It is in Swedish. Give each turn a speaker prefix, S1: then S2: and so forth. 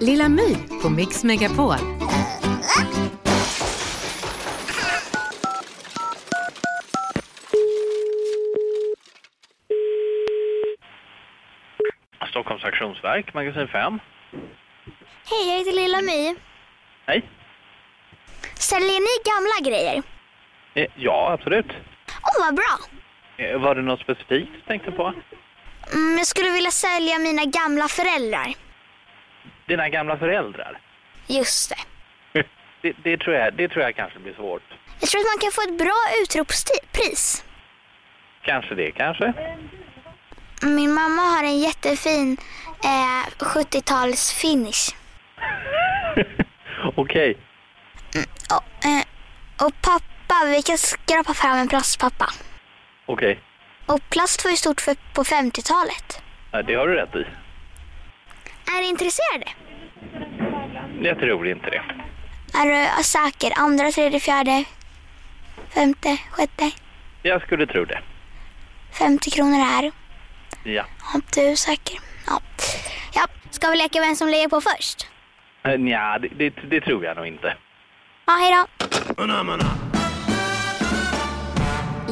S1: Lilla My på Mix Megapol.
S2: Stockholms Auktionsverk, magasin 5.
S3: Hej, jag heter Lilla My.
S2: Hej.
S3: Säljer ni gamla grejer?
S2: Eh, Ja, absolut.
S3: Åh, vad bra!
S2: Eh, Var det något specifikt du tänkte på?
S3: Mm, jag skulle vilja sälja mina gamla föräldrar.
S2: Dina gamla föräldrar?
S3: Just det.
S2: Det, det, tror, jag, det tror jag kanske blir svårt.
S3: Jag tror att man kan få ett bra utropspris.
S2: Kanske det, kanske.
S3: Min mamma har en jättefin eh, 70-tals finish.
S2: Okej.
S3: Och, eh, och pappa, vi kan skrapa fram en plastpappa.
S2: Okej.
S3: Och plast var ju stort för, på 50-talet.
S2: Ja, Det har du rätt i.
S3: Är du intresserad?
S2: Jag tror inte det.
S3: Är du säker? Andra, tredje, fjärde, femte, sjätte?
S2: Jag skulle tro det.
S3: 50 kronor här.
S2: Ja.
S3: Om du är säker. Ja. ja. Ska vi leka vem som lägger på först?
S2: Eh, Nja, det, det, det tror jag nog inte.
S3: Ja, hej då.